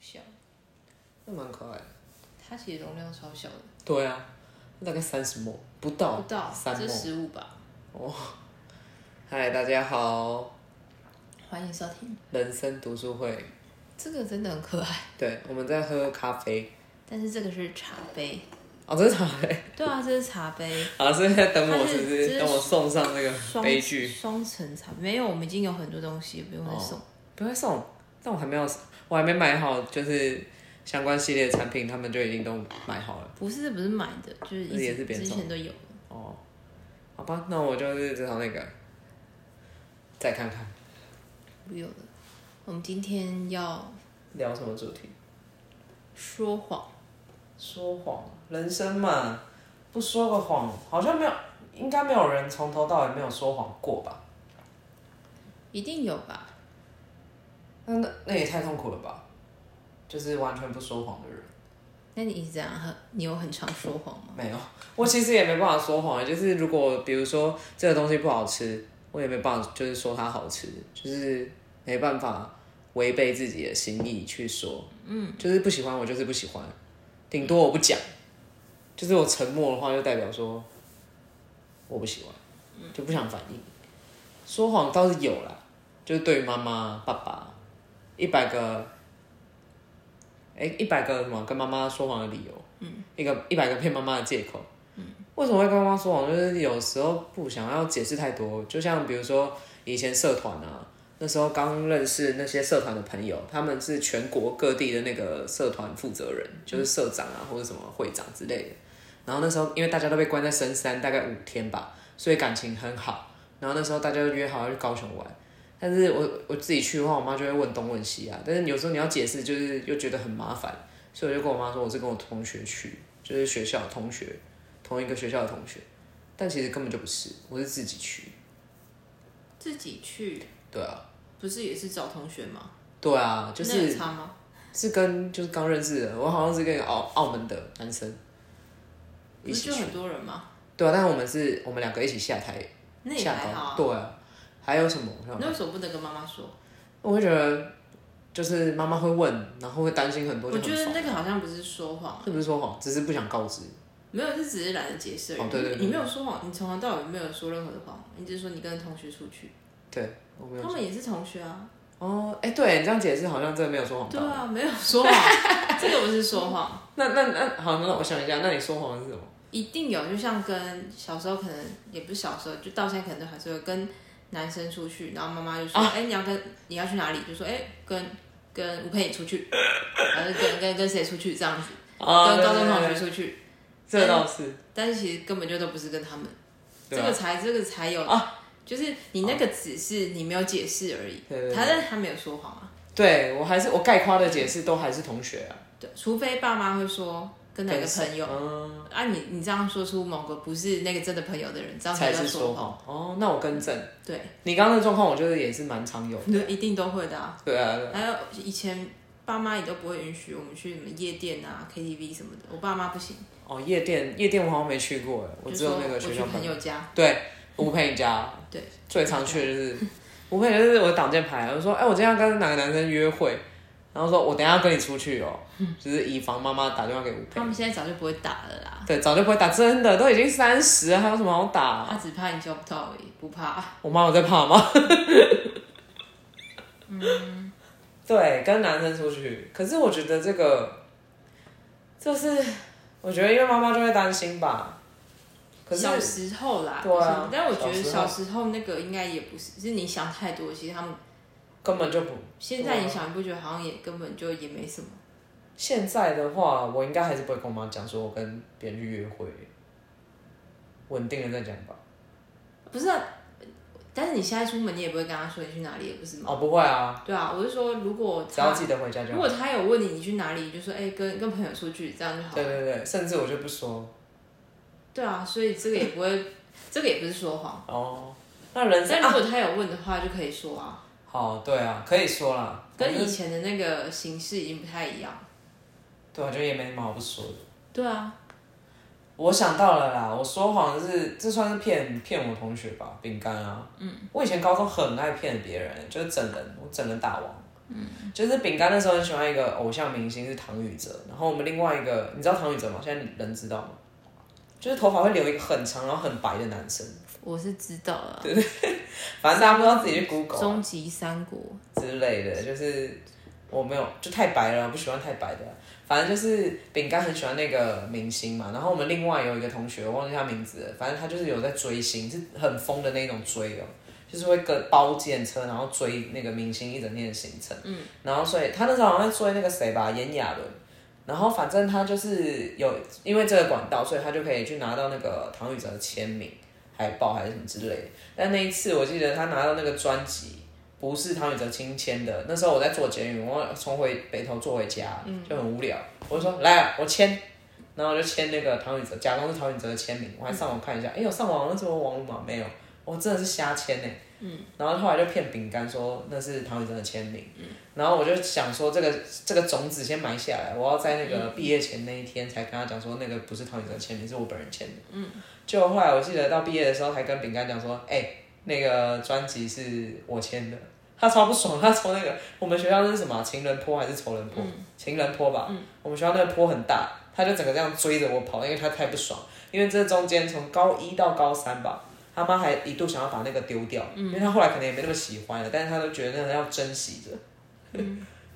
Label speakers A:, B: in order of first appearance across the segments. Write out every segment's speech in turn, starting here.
A: 小，
B: 那蛮可爱的。
A: 它其实容量超小的，
B: 对啊，大概三十模不到，
A: 不到
B: 三模
A: 这。十五吧。
B: 嗨，大家好，
A: 欢迎收听，
B: 人生读书会。
A: 这个真的很可爱，
B: 对，我们在喝咖啡。
A: 但是这个是茶杯，
B: 哦，这是咖啡。
A: 对啊，这是茶杯，
B: 好，是在等我
A: 它是
B: 是不是？
A: 这是
B: 等我送上那个
A: 双
B: 悲剧。
A: 双层茶，没有，我们已经有很多东西不用再送。
B: 不要送，但我还没有，我还没买好，就是相关系列产品，他们就已经都买好了。
A: 不是不是买的，就是
B: 这
A: 一
B: 也是
A: 直
B: 别人
A: 之
B: 送
A: 前都有。
B: 哦，好吧，那我就是至少那个，再看看
A: 不用了。我们今天要
B: 聊什么主题。
A: 说谎，
B: 说谎，人生嘛，不说个谎，好像没有，应该没有人从头到尾没有说谎过吧？
A: 一定有吧？
B: 那那那也太痛苦了吧？就是完全不说谎的人，
A: 那你一直这样很，你有很常说谎吗？
B: 没有。我其实也没办法说谎，欸就是如果比如说这个东西不好吃，我也没办法，就是说它好吃，就是没办法违背自己的心意去说。嗯，就是不喜欢我就是不喜欢，顶多我不讲，就是我沉默的话就代表说我不喜欢，就不想反应。说谎倒是有啦，就是对妈妈、爸爸，一百个，哎、一百个什么跟妈妈说谎的理由，嗯，一个一百个骗妈妈的借口，嗯，为什么会跟妈妈说谎？就是有时候不想要解释太多，就像比如说以前社团啊，那时候刚认识那些社团的朋友，他们是全国各地的那个社团负责人，就是社长啊、或者什么会长之类的。然后那时候因为大家都被关在深山大概五天吧，所以感情很好。然后那时候大家就约好要去高雄玩。但是我我自己去的话，我妈就会问东问西啊。但是有时候你要解释，就是又觉得很麻烦，所以我就跟我妈说，我是跟我同学去，就是学校的同学，同一个学校的同学。但其实根本就不是，我是自己去。
A: 自己去
B: 对啊，
A: 不是也是找同学吗？
B: 对啊，就
A: 那有
B: 是
A: 差吗？
B: 是跟就是刚认识的，我好像是跟一个澳澳门的男生
A: 不
B: 一
A: 是
B: 起
A: 就
B: 去。
A: 很多人吗？
B: 对啊，但是我们是我们两个一起下台
A: 那也
B: 下
A: 还好
B: 高。
A: 啊。
B: 对啊，还有什么？我想
A: 那为什么不能跟妈妈说？
B: 我会觉得就是妈妈会问，然后会担心很多，就
A: 我
B: 很
A: 觉得
B: 烦。
A: 那个好像不是说谎，
B: 这不是说谎，只是不想告知。
A: 没有，这只是懒得解释而已。
B: 哦对对对
A: 你你没有说谎，你从头到尾没有说任何的谎，你只是说你跟同学出去，
B: 对，我没有
A: 他。们也是同学啊。
B: 哦，哎、对你这样解释好像真的没有说谎
A: 对
B: 到。
A: 啊，没有说谎，这个不是说谎。
B: 那那那好，那我想一下，那你说谎是什么？
A: 一定有，就像跟小时候可能也不是小时候，就到现在可能都还是会跟男生出去，然后妈妈就说：“
B: 啊
A: 哎、你要跟你要去哪里？”就说：“哎、跟跟吴佩仪出去，然后跟跟跟谁出去这样子，
B: 啊
A: 跟高中
B: 对对
A: 同
B: 对
A: 学出去。
B: 这倒是。
A: 但是其实根本就都不是跟他们，
B: 对
A: 这
B: 啊
A: 个才这个才有啊，就是你那个只是你没有解释而已，
B: 对对对
A: 他但他没有说谎啊，
B: 对我还是我概括的解释都还是同学啊，
A: 对，除非爸妈会说跟哪个
B: 跟谁
A: 朋友。
B: 嗯，
A: 啊你，你这样说出某个不是那个真的朋友的人，这样
B: 才
A: 叫
B: 是
A: 说
B: 说
A: 谎。
B: 谎。哦，那我更正，
A: 对，
B: 你刚刚的状况，我觉得也是蛮常有的。
A: 对，一定都会的啊。
B: 对啊，对啊
A: 还有以前爸妈也都不会允许我们去什么夜店啊、KTV 什么的，我爸妈不行，
B: 哦，夜店夜店我好像没去过，哎，我
A: 就
B: 只
A: 说
B: 有那个学校
A: 我去
B: 朋
A: 朋
B: 友。
A: 友家，
B: 对，吴佩你家。
A: 对，
B: 最常去的就是，我朋友就是我的挡箭牌，我说，哎、我今天要跟哪个男生约会，然后说我等一下要跟你出去 哦，就是以防妈妈打电话给吴佩
A: 他。们现在早就不会打了啦，
B: 对，早就不会打，真的都已经三十，还有什么好打、
A: 他只怕你叫不到而已，不怕。
B: 我妈有在怕吗？
A: 嗯
B: 对，跟男生出去，可是我觉得这个，就是我觉得因为妈妈就会担心吧，可是
A: 小时候啦，
B: 对啊
A: 不是但我觉得
B: 小时候
A: 小时候那个应该也不是，是你想太多。其实他们
B: 根本就不
A: 现在你想，你不觉得好像也根本就也没什么？
B: 现在的话，我应该还是不会跟我妈讲说我跟别人去约会，稳定的再讲吧。
A: 不是啊、但是你现在出门，你也不会跟他说你去哪里，也不是吗？
B: 哦，不会啊，
A: 对啊，我是说，如果
B: 只要
A: 他
B: 记得回家就
A: 如果
B: 好。
A: 他有问你你去哪里，你就说哎、跟跟朋友出去，这样就好了。
B: 对对对，甚至我就不说
A: 对啊，所以这个也不会， 这个也不是说谎。
B: 哦。那人生
A: 但如果他有问的话，就可以说啊，
B: 好，对啊，可以说啦。
A: 跟以前的那个形式已经不太一样。
B: 对，我觉得也没什么好不说的。
A: 对啊，
B: 我想到了啦，我说谎是这算是骗骗我同学吧，饼干啊。嗯，我以前高中很爱骗别人，就是整人，我整人大王。就是饼干那时候很喜欢一个偶像明星是唐禹哲，然后我们另外一个你知道唐禹哲吗？现在人知道吗？就是头发会留一个很长然后很白的男生，
A: 我是知道了。
B: 反正大家不知道自己去 Google 啊
A: 终极三国，
B: 之类的，就是我没有就太白了，我不喜欢太白的。反正就是饼干很喜欢那个明星嘛，然后我们另外有一个同学，我忘记他名字了，反正他就是有在追星，是很疯的那种追哦，就是会跟包建车，然后追那个明星一整天的行程。嗯，然后所以他那时候好像在追那个谁吧，炎亚纶。然后反正他就是有因为这个管道，所以他就可以去拿到那个唐禹哲的签名、海报还是什么之类的。但那一次我记得他拿到那个专辑，不是唐禹哲亲签的。那时候我在做捷运，我从回北头坐回家，就很无聊。我就说来、啊，我签，然后我就签那个唐禹哲，假装是唐禹哲的签名。我还上网看一下，哎、我上网那时候网络嘛没有，我真的是瞎签呢、嗯，然后后来就骗饼干说那是唐禹哲的签名，嗯、然后我就想说这个这个种子先埋下来，我要在那个毕业前那一天才跟他讲说那个不是唐禹哲的签名，是我本人签的。嗯，就后来我记得到毕业的时候还跟饼干讲说，哎、那个专辑是我签的，他超不爽，他 从那个我们学校那是什么啊情人坡还是仇人坡？情人坡吧，我们学校那个坡很大，他就整个这样追着我跑，因为他太不爽，因为这中间从高一到高三吧。他妈还一度想要把那个丢掉，因为他后来可能也没那么喜欢了，但是他都觉得那个要珍惜着，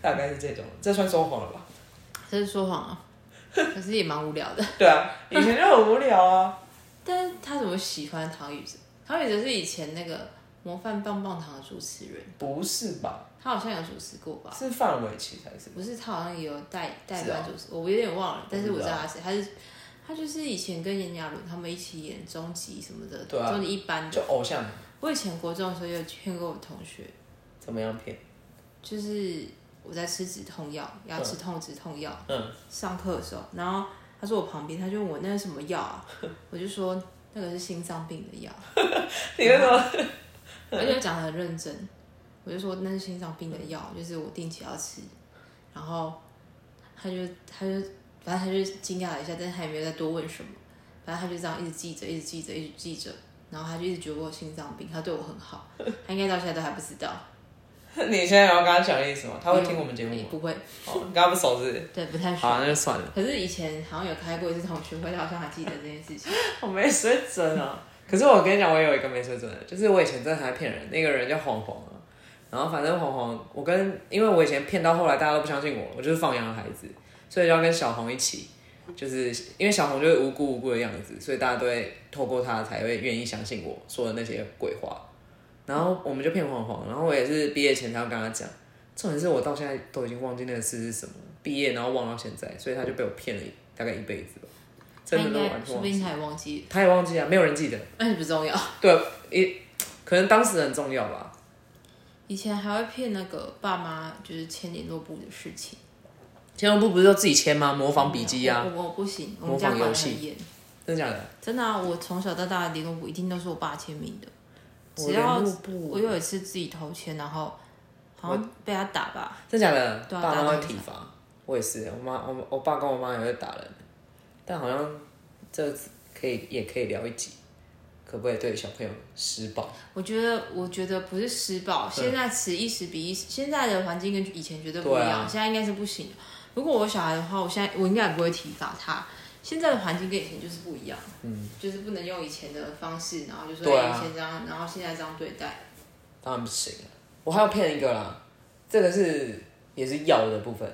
B: 大概是这种，这算说谎了吧？
A: 这是说谎啊，可是也蛮无聊的。
B: 对啊，以前就很无聊啊，
A: 但是他怎么喜欢唐禹哲？唐禹哲是以前那个模范棒棒糖的主持人，
B: 不是吧？
A: 他好像有主持过吧？
B: 是范玮琪才是，
A: 不是，他好像也有代代
B: 是啊
A: 班主持，我有点忘了，但是
B: 我不
A: 我
B: 知
A: 知
B: 道
A: 道他是，他是他就是以前跟炎亚纶他们一起演终极什么的，
B: 对啊
A: 终极一班的。
B: 就偶像
A: 我以前国中的时候也有劝过我同学，
B: 怎么样骗？
A: 就是我在吃止痛药，要吃痛止痛药，
B: 嗯，
A: 上课的时候，然后他坐我旁边，他就问我那是什么药 啊？我就说那个是心脏病的药，
B: 你为什么？
A: 而且讲的很认真，我就说那是心脏病的药，就是我定期要吃。然后他就他就反正他就惊讶了一下，但是他也没有再多问什么，反正他就这样一直记着，一直记着，一直记着。然后他就一直觉得我有心脏病，他对我很好，他应该到现在都还不知道。
B: 你现在要跟他讲意思吗？他会听我们节目吗？
A: 不会，
B: 哦，你跟他不熟是不是？
A: 对，不 太熟。
B: 好，那就算了。
A: 可是以前好像有开过一次同学会，他好像还记得这件事情。
B: 我没水准啊！可是我跟你讲，我有一个没水准的，就是我以前真的还骗人，那个人叫黄黄啊。然后反正黄黄，我跟因为我以前骗到后来大家都不相信我了，我就是放羊的孩子，所以就要跟小红一起，就是因为小红就是无辜无辜的样子，所以大家都会透过他才会愿意相信我说的那些鬼话。然后我们就骗黄黄，然后我也是毕业前才要跟他讲，重点是我到现在都已经忘记那个事是什么，毕业然后忘到现在，所以他就被我骗了一大概一辈子吧，
A: 他
B: 真的
A: 应
B: 都完
A: 该
B: 全
A: 说
B: 忘
A: 不
B: 记
A: 定他也忘记了，
B: 他也忘记啊，没有人记得。
A: 那也不重要。
B: 对，一可能当时很重要吧。
A: 以前还会骗那个爸妈，就是签联络簿的事情，
B: 千龙部不是都自己签吗？模仿笔记啊，
A: 我我我不行，我
B: 模
A: 们
B: 仿
A: 家管
B: 游
A: 得
B: 戏
A: 很严，
B: 真的假的？
A: 真的啊！我从小到大的联络簿一定都是我爸签名的，只
B: 我
A: 要
B: 联络簿
A: 我有一次自己偷签，然后好像被他打吧，
B: 真的假的？
A: 对啊
B: 爸
A: 大
B: 妈
A: 家
B: 会
A: 都
B: 体罚，我也是，我妈我我爸跟我妈也会打人，但好像这可以也可以聊一集，可不可以对小朋友施暴？
A: 我觉得我觉得不是施暴，现在此一时彼一时，现在的环境跟以前绝对不一
B: 对
A: 样，
B: 啊
A: 现在应该是不行的。如果我有小孩的话，我现在我应该也不会体罚他。现在的环境跟以前就是不一样，嗯，就是不能用以前的方式，然后就说、
B: 对
A: 哎
B: 啊
A: 以前这样，然后现在这样对待。
B: 当然不行了。我还有骗一个啦，这个是也是药的部分，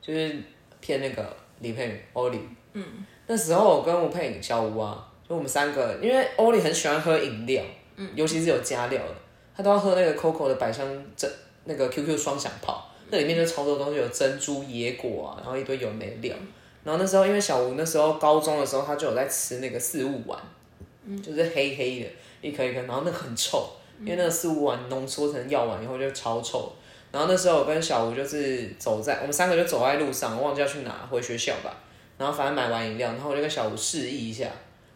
B: 就是骗那个李佩宇欧里。嗯，那时候我跟吴佩颖、小吴啊，就我们三个，因为欧里很喜欢喝饮料，嗯，尤其是有加料的，他都要喝那个 COCO 的百香珍那个 QQ 双响炮，那里面就超多东西，有珍珠、野果啊，然后一堆有的没的料。然后那时候因为小吴那时候高中的时候，他就有在吃那个四物丸，就是黑黑的一颗一颗，然后那个很臭。因为那个四物丸浓缩成药丸以后就超臭。然后那时候我跟小吴就是走在，我们三个就走在路上，我忘记要去哪，回学校吧。然后反正买完饮料，然后我就跟小吴示意一下，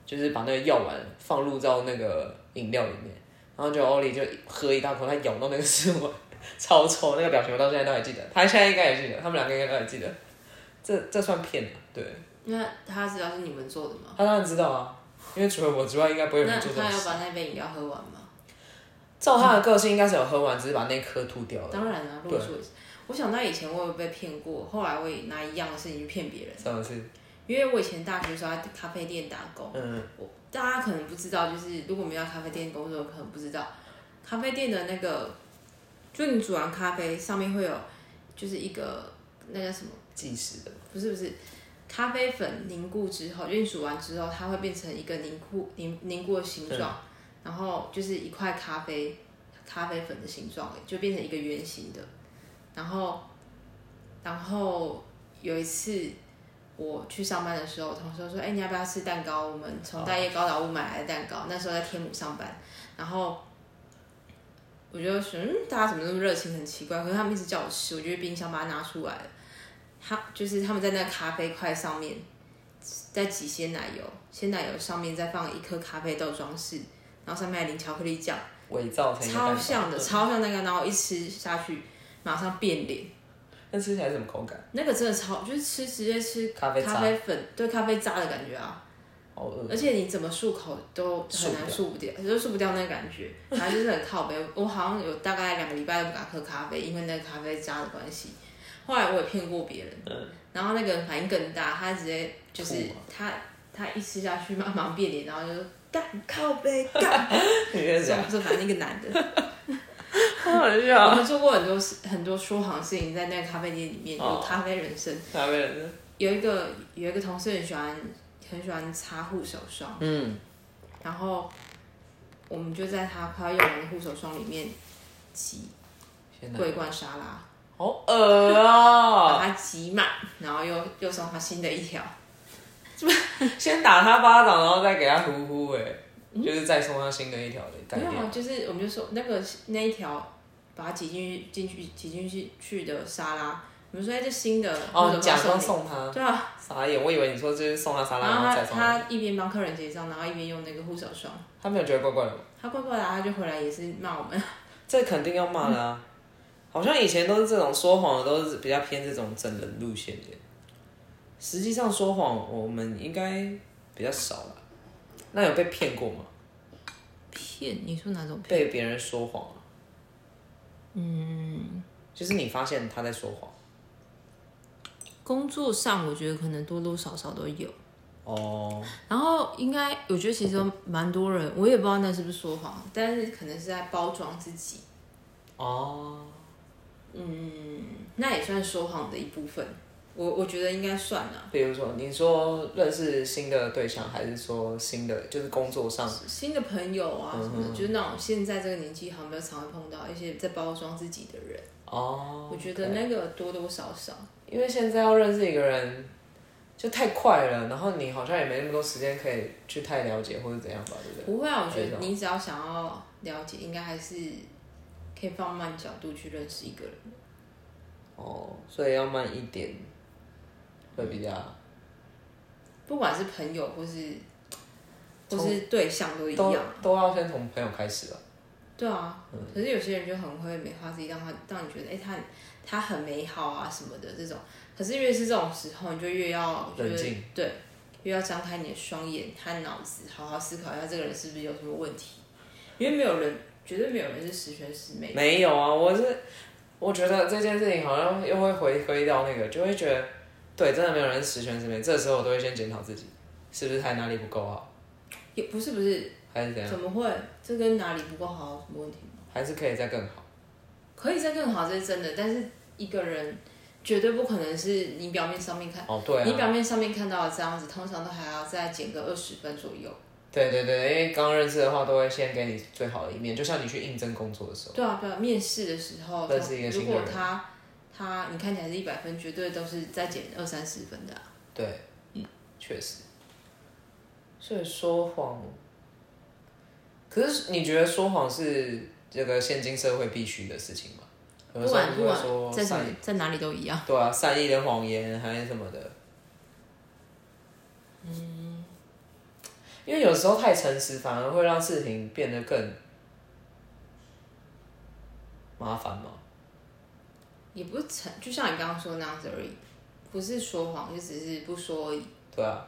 B: 就是把那个药丸放入到那个饮料里面。然后就欧里就喝一大口，他咬到那个四物丸， 超臭，那个表情我到现在都还记得，他现在应该也记得，他们两个应该都还记得。这这算骗了，啊对，
A: 那他知道是你们做的吗？
B: 他当然知道啊，因为除了我之外，应该不会有
A: 那
B: 人做这
A: 他
B: 种
A: 有
B: 事。
A: 把那杯饮料喝完吗？
B: 照他的个性，应该是有喝完，只是把那颗吐掉了。
A: 当然了、啊，
B: 对
A: 落水。我我想到以前我有被骗过，后来我也拿一样的事情去骗别人，
B: 什么事？
A: 因为我以前大学的时候在咖啡店打工，
B: 嗯，
A: 我大家可能不知道，就是如果没有在咖啡店工作，可能不知道咖啡店的那个，就你煮完咖啡上面会有就是一个那叫什么？
B: 计时的，
A: 不是不是，咖啡粉凝固之后，运输完之后，它会变成一个凝固凝凝固的形状，然后就是一块咖啡咖啡粉的形状，就变成一个圆形的。然后，然后有一次我去上班的时候，我同事说：“哎、你要不要吃蛋糕？我们从大叶高岛屋买来的蛋糕，那时候在天母上班。”然后。我就说，嗯，大家怎么那么热情，很奇怪。可是他们一直叫我吃，我就去冰箱把它拿出来了。他就是他们在那咖啡块上面再挤鲜奶油，鲜奶油上面再放一颗咖啡豆装饰，然后上面还淋巧克力酱，
B: 伪造成一个蛋
A: 超
B: 糕
A: 像的，超像那个。然后一吃下去，马上变脸，
B: 那吃起来是什么口感？
A: 那个真的超就是吃直接吃
B: 咖啡渣
A: 粉，对咖啡渣的感觉啊！
B: 好饿，
A: 而且你怎么漱口都很难漱不掉，就漱不掉那个感觉， 反正就是很靠北。我好像有大概两个礼拜都不敢喝咖啡，因为那个咖啡渣的关系。后来我也骗过别人，然后那个人反应更大，他直接就是
B: 吐
A: 他他一吃下去，马上变脸，然后就说干靠背 干，
B: 你在
A: 总
B: 讲，
A: 之反正那个男的，
B: 好好
A: 我
B: 笑。
A: 们做过很多事很多说谎事情，在那个咖啡店里面有
B: 哦
A: 咖啡人生。
B: 咖啡人呢，
A: 有一个有一个同事很喜欢很喜欢擦护手霜，
B: 嗯，
A: 然后我们就在他快要用完的护手霜里面挤
B: 天哪，
A: 桂冠沙拉，
B: 好恶哦！
A: 把它挤满，然后又又送他新的一条。
B: 先打他巴掌，然后再给他呼呼，哎，就是再送他新的一条的概
A: 嗯没有啊，
B: 念。
A: 就是我们就说那个那一条，把它挤进去进去挤进去去的沙拉，我们说哎这新的护
B: 哦，
A: 手
B: 你假
A: 霜
B: 装
A: 送
B: 送他
A: 你，对啊，
B: 傻眼，我以为你说就是送他沙拉，
A: 然
B: 然
A: 后
B: 后
A: 他
B: 再送他。
A: 他一边帮客人结账，然后一边用那个护手霜，
B: 他没有觉得怪怪的吗？
A: 他怪怪的啊，他就回来也是骂我们。
B: 这肯定要骂的啊！好像以前都是这种说谎的，都是比较偏这种整人路线的。实际上说谎，我们应该比较少了。那有被骗过吗？
A: 骗？你说哪种骗？
B: 被别人说谎啊？嗯，就是你发现他在说谎
A: 工作上我觉得可能多多少少都有。
B: 哦，
A: 然后应该，我觉得其实有蛮多人，我也不知道那是不是说谎，但是可能是在包装自己，
B: 哦，
A: 嗯那也算说谎的一部分。我我觉得应该算啊。
B: 比如说你说认识新的对象，还是说新的就是工作上
A: 新的朋友
B: 嗯
A: 啊什么的，就是那种现在这个年纪好像比较常会碰到一些在包装自己的人，
B: 哦？
A: 我觉得那个多多少少。
B: 因为现在要认识一个人就太快了，然后你好像也没那么多时间可以去太了解或者怎样吧，对不对？
A: 不会啊，我觉
B: 那
A: 得
B: 种
A: 你只要想要了解，应该还是可以放慢角度去认识一个人。
B: 哦，所以要慢一点会比较，
A: 不管是朋友或是或是对象都一样
B: 嗯都嗯
A: 啊。
B: 都要先从朋友开始吧。
A: 对啊，可是有些人就很会美化自己，让他让你觉得，哎、他他很美好啊什么的这种。可是越是这种时候，你就越要
B: 冷
A: 觉得
B: 静
A: 对，越要张开你的双眼和脑子，好好思考一下这个人是不是有什么问题，因为没有人，绝对没有人是十全十美。
B: 没有啊，我是我觉得这件事情好像又会回归到那个，就会觉得对，真的没有人十全十美。这时候我都会先检讨自己，是不是还哪里不够好，
A: 也不是不是，
B: 还是怎样，
A: 怎么会？这跟哪里不够好有什么问题吗？
B: 还是可以再更好。
A: 可以再更好，这是真的。但是一个人绝对不可能是你表面上面看，
B: 哦，对啊，
A: 你表面上面看到的这样子，通常都还要再减个二十分左右。
B: 对对对，因为刚认识的话，都会先给你最好的一面，就像你去应征工作的时候，
A: 对啊，对啊，面试的时候，
B: 认识一个
A: 如
B: 新的
A: 果
B: 人
A: 他他你看起来是一百分，绝对都是在减二三十分的啊、
B: 对，嗯，确实。所以说谎，可是你觉得说谎是这个现今社会必须的事情吗？有的
A: 不
B: 时候
A: 管不
B: 会
A: 管
B: 说
A: 在什
B: 善
A: 么在哪里都一样。
B: 对啊，善意的谎言还是什么的。嗯，
A: 嗯
B: 因为有时候太诚实，反而会让事情变得更麻烦嘛。
A: 也不是成，就像你刚刚说那样子而已，不是说谎，就只是不说而已。
B: 对啊，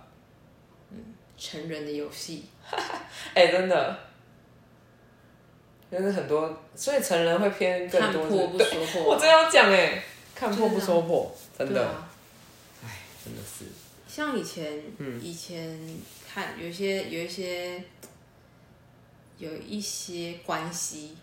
A: 成人的游戏，
B: 哎、真的，就是很多，所以成人会偏更
A: 看
B: 多
A: 破
B: 是。
A: 不说破，
B: 我真要讲哎、看破不说破，真
A: 对
B: 的，
A: 啊。
B: 真的是，
A: 像以前，以前看有一些有一些有一些关系，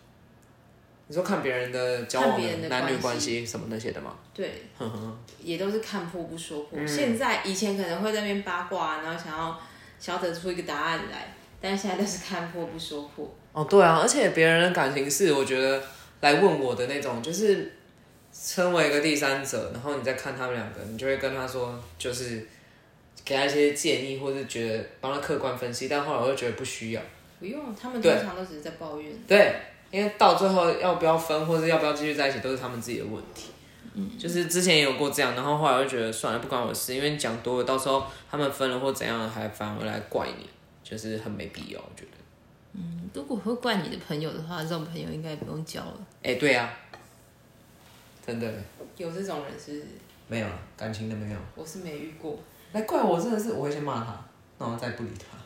B: 你说看别人的交往
A: 看别人的
B: 男女
A: 关
B: 关系什么那些的吗？
A: 对，
B: 哼哼，
A: 也都是看破不说
B: 嗯
A: 破。现在以前可能会在那边八卦，啊然后想要想要得出一个答案来，但是现在都是看破不说破。
B: 哦，对啊，而且别人的感情是我觉得来问我的那种，就是身为一个第三者，然后你再看他们两个，你就会跟他说，就是给他一些建议，或是觉得帮他客观分析，但后来我就觉得不需要。
A: 不用，他们
B: 对
A: 通常都只是在抱怨。
B: 对，因为到最后要不要分，或者要不要继续在一起，都是他们自己的问题。嗯，就是之前也有过这样，然后后来我就觉得算了，不关我的事，因为你讲多了，到时候他们分了或怎样了，还反而来怪你，就是很没必要，我觉得。
A: 嗯如果会怪你的朋友的话，这种朋友应该不用交了。
B: 哎、对啊，真的
A: 有这种人是不是
B: 没有了，感情的没有。
A: 我是没遇过，
B: 来哎怪我真的是，我会先骂他，然后再不理他。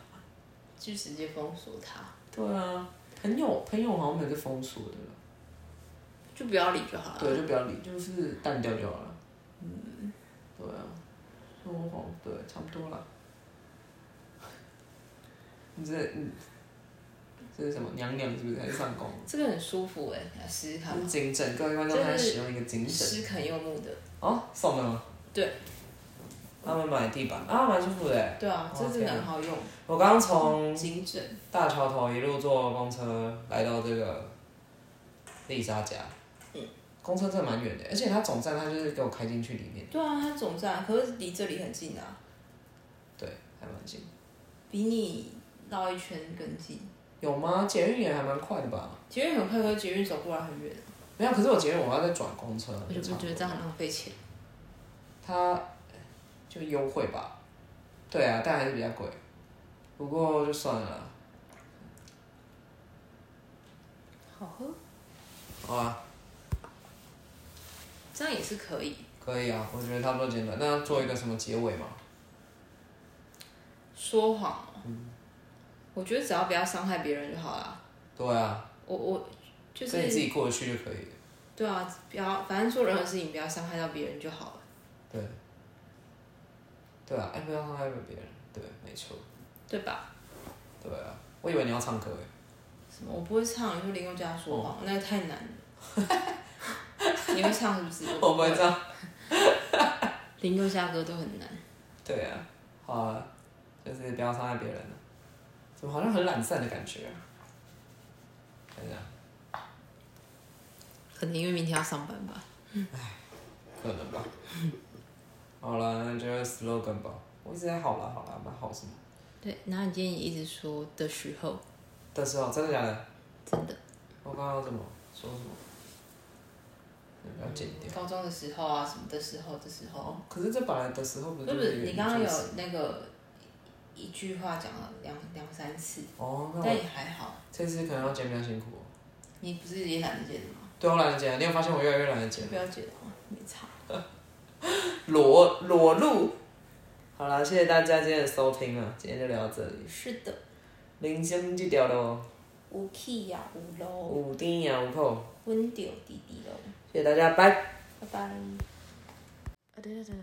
A: 就直接封锁他，
B: 对啊，朋友朋友好像没有在封锁的了，
A: 就不要理就好了。
B: 对，就不要理，就是淡掉就好了。嗯，对啊，就好，对，差不多了。 你这你这是什么娘娘是不是还是上宫？
A: 这个很舒服哎、来试试看
B: 是
A: 吧。
B: 警枕，各位观众他在使用一个警枕
A: 诗肯柚木的，
B: 哦，送的吗？
A: 对，
B: 他们买地板啊，蛮舒服的。
A: 对啊，
B: 哦
A: 这真的
B: 天
A: 很好用，
B: 我刚从
A: 精准。
B: 大桥头一路坐公车来到这个丽莎家，公车真的蛮远的，而且它总站它就是给我开进去里面，
A: 对啊，它总站可是离这里很近啊，
B: 对，还蛮近。
A: 比你绕一圈更近。
B: 有吗？捷运也还蛮快的吧？
A: 捷运很快，可是捷运走过来很远，
B: 没有，可是我捷运我要再转公车，
A: 啊我就不
B: 差
A: 觉得这样很浪费钱。
B: 它就优惠吧？对啊，但还是比较贵，不过就算了啦。
A: 好喝，
B: 好啊，
A: 这样也是可以。
B: 可以啊，我觉得差不多简短。那做一个什么结尾嘛？
A: 说谎哦、我觉得只要不要伤害别人就好了。
B: 对啊，
A: 我我就
B: 跟你自
A: 是
B: 己过得去就可以了。
A: 对啊，不要，反正做任何事情不要伤害到别人就好了。
B: 对，对啊，哎，不要伤害别人，对，没错，
A: 对吧？
B: 对啊，我以为你要唱歌哎，
A: 什么？我不会唱，你说林宥嘉说谎，那个太难了。 你会唱是不 是？
B: 我不会。唱，
A: 林宥嘉歌都很难。
B: 对啊，好啊，就是不要伤害别人了，啊怎么好像很懒散的感觉啊？等一下，
A: 可能因为明天要上班吧。
B: 可能吧。 好了，那就 slogan 吧。我一直在好了好了，蛮好什么？
A: 对，然后你今天也一直说的时候，
B: 但是哦，真的假的？
A: 真的，
B: 我刚刚怎么说什么？你不要剪掉。哦
A: 高中的时候啊，什么的时候的时候，
B: 可是这本来的时候不
A: 不
B: 是
A: 是
B: 就
A: 不
B: 是
A: 是，
B: 原
A: 你刚刚有
B: 句子
A: 那个一句话讲了两两三次，
B: 哦，那
A: 但
B: 我
A: 也还好。
B: 这次可能要剪比较辛苦哦。
A: 你不是也懒得剪吗？
B: 对我懒得剪，你有发现我越来越懒得剪
A: 就？不要剪了嘛，没差。
B: 裸裸露。好啦，谢谢大家今天的收听啊，今天就聊到这里，
A: 是的，
B: 人生就掉咯，
A: 无气呀无咯，
B: 有甜也有苦，
A: 温掉滴滴咯，
B: 谢谢大家，拜。
A: 拜拜。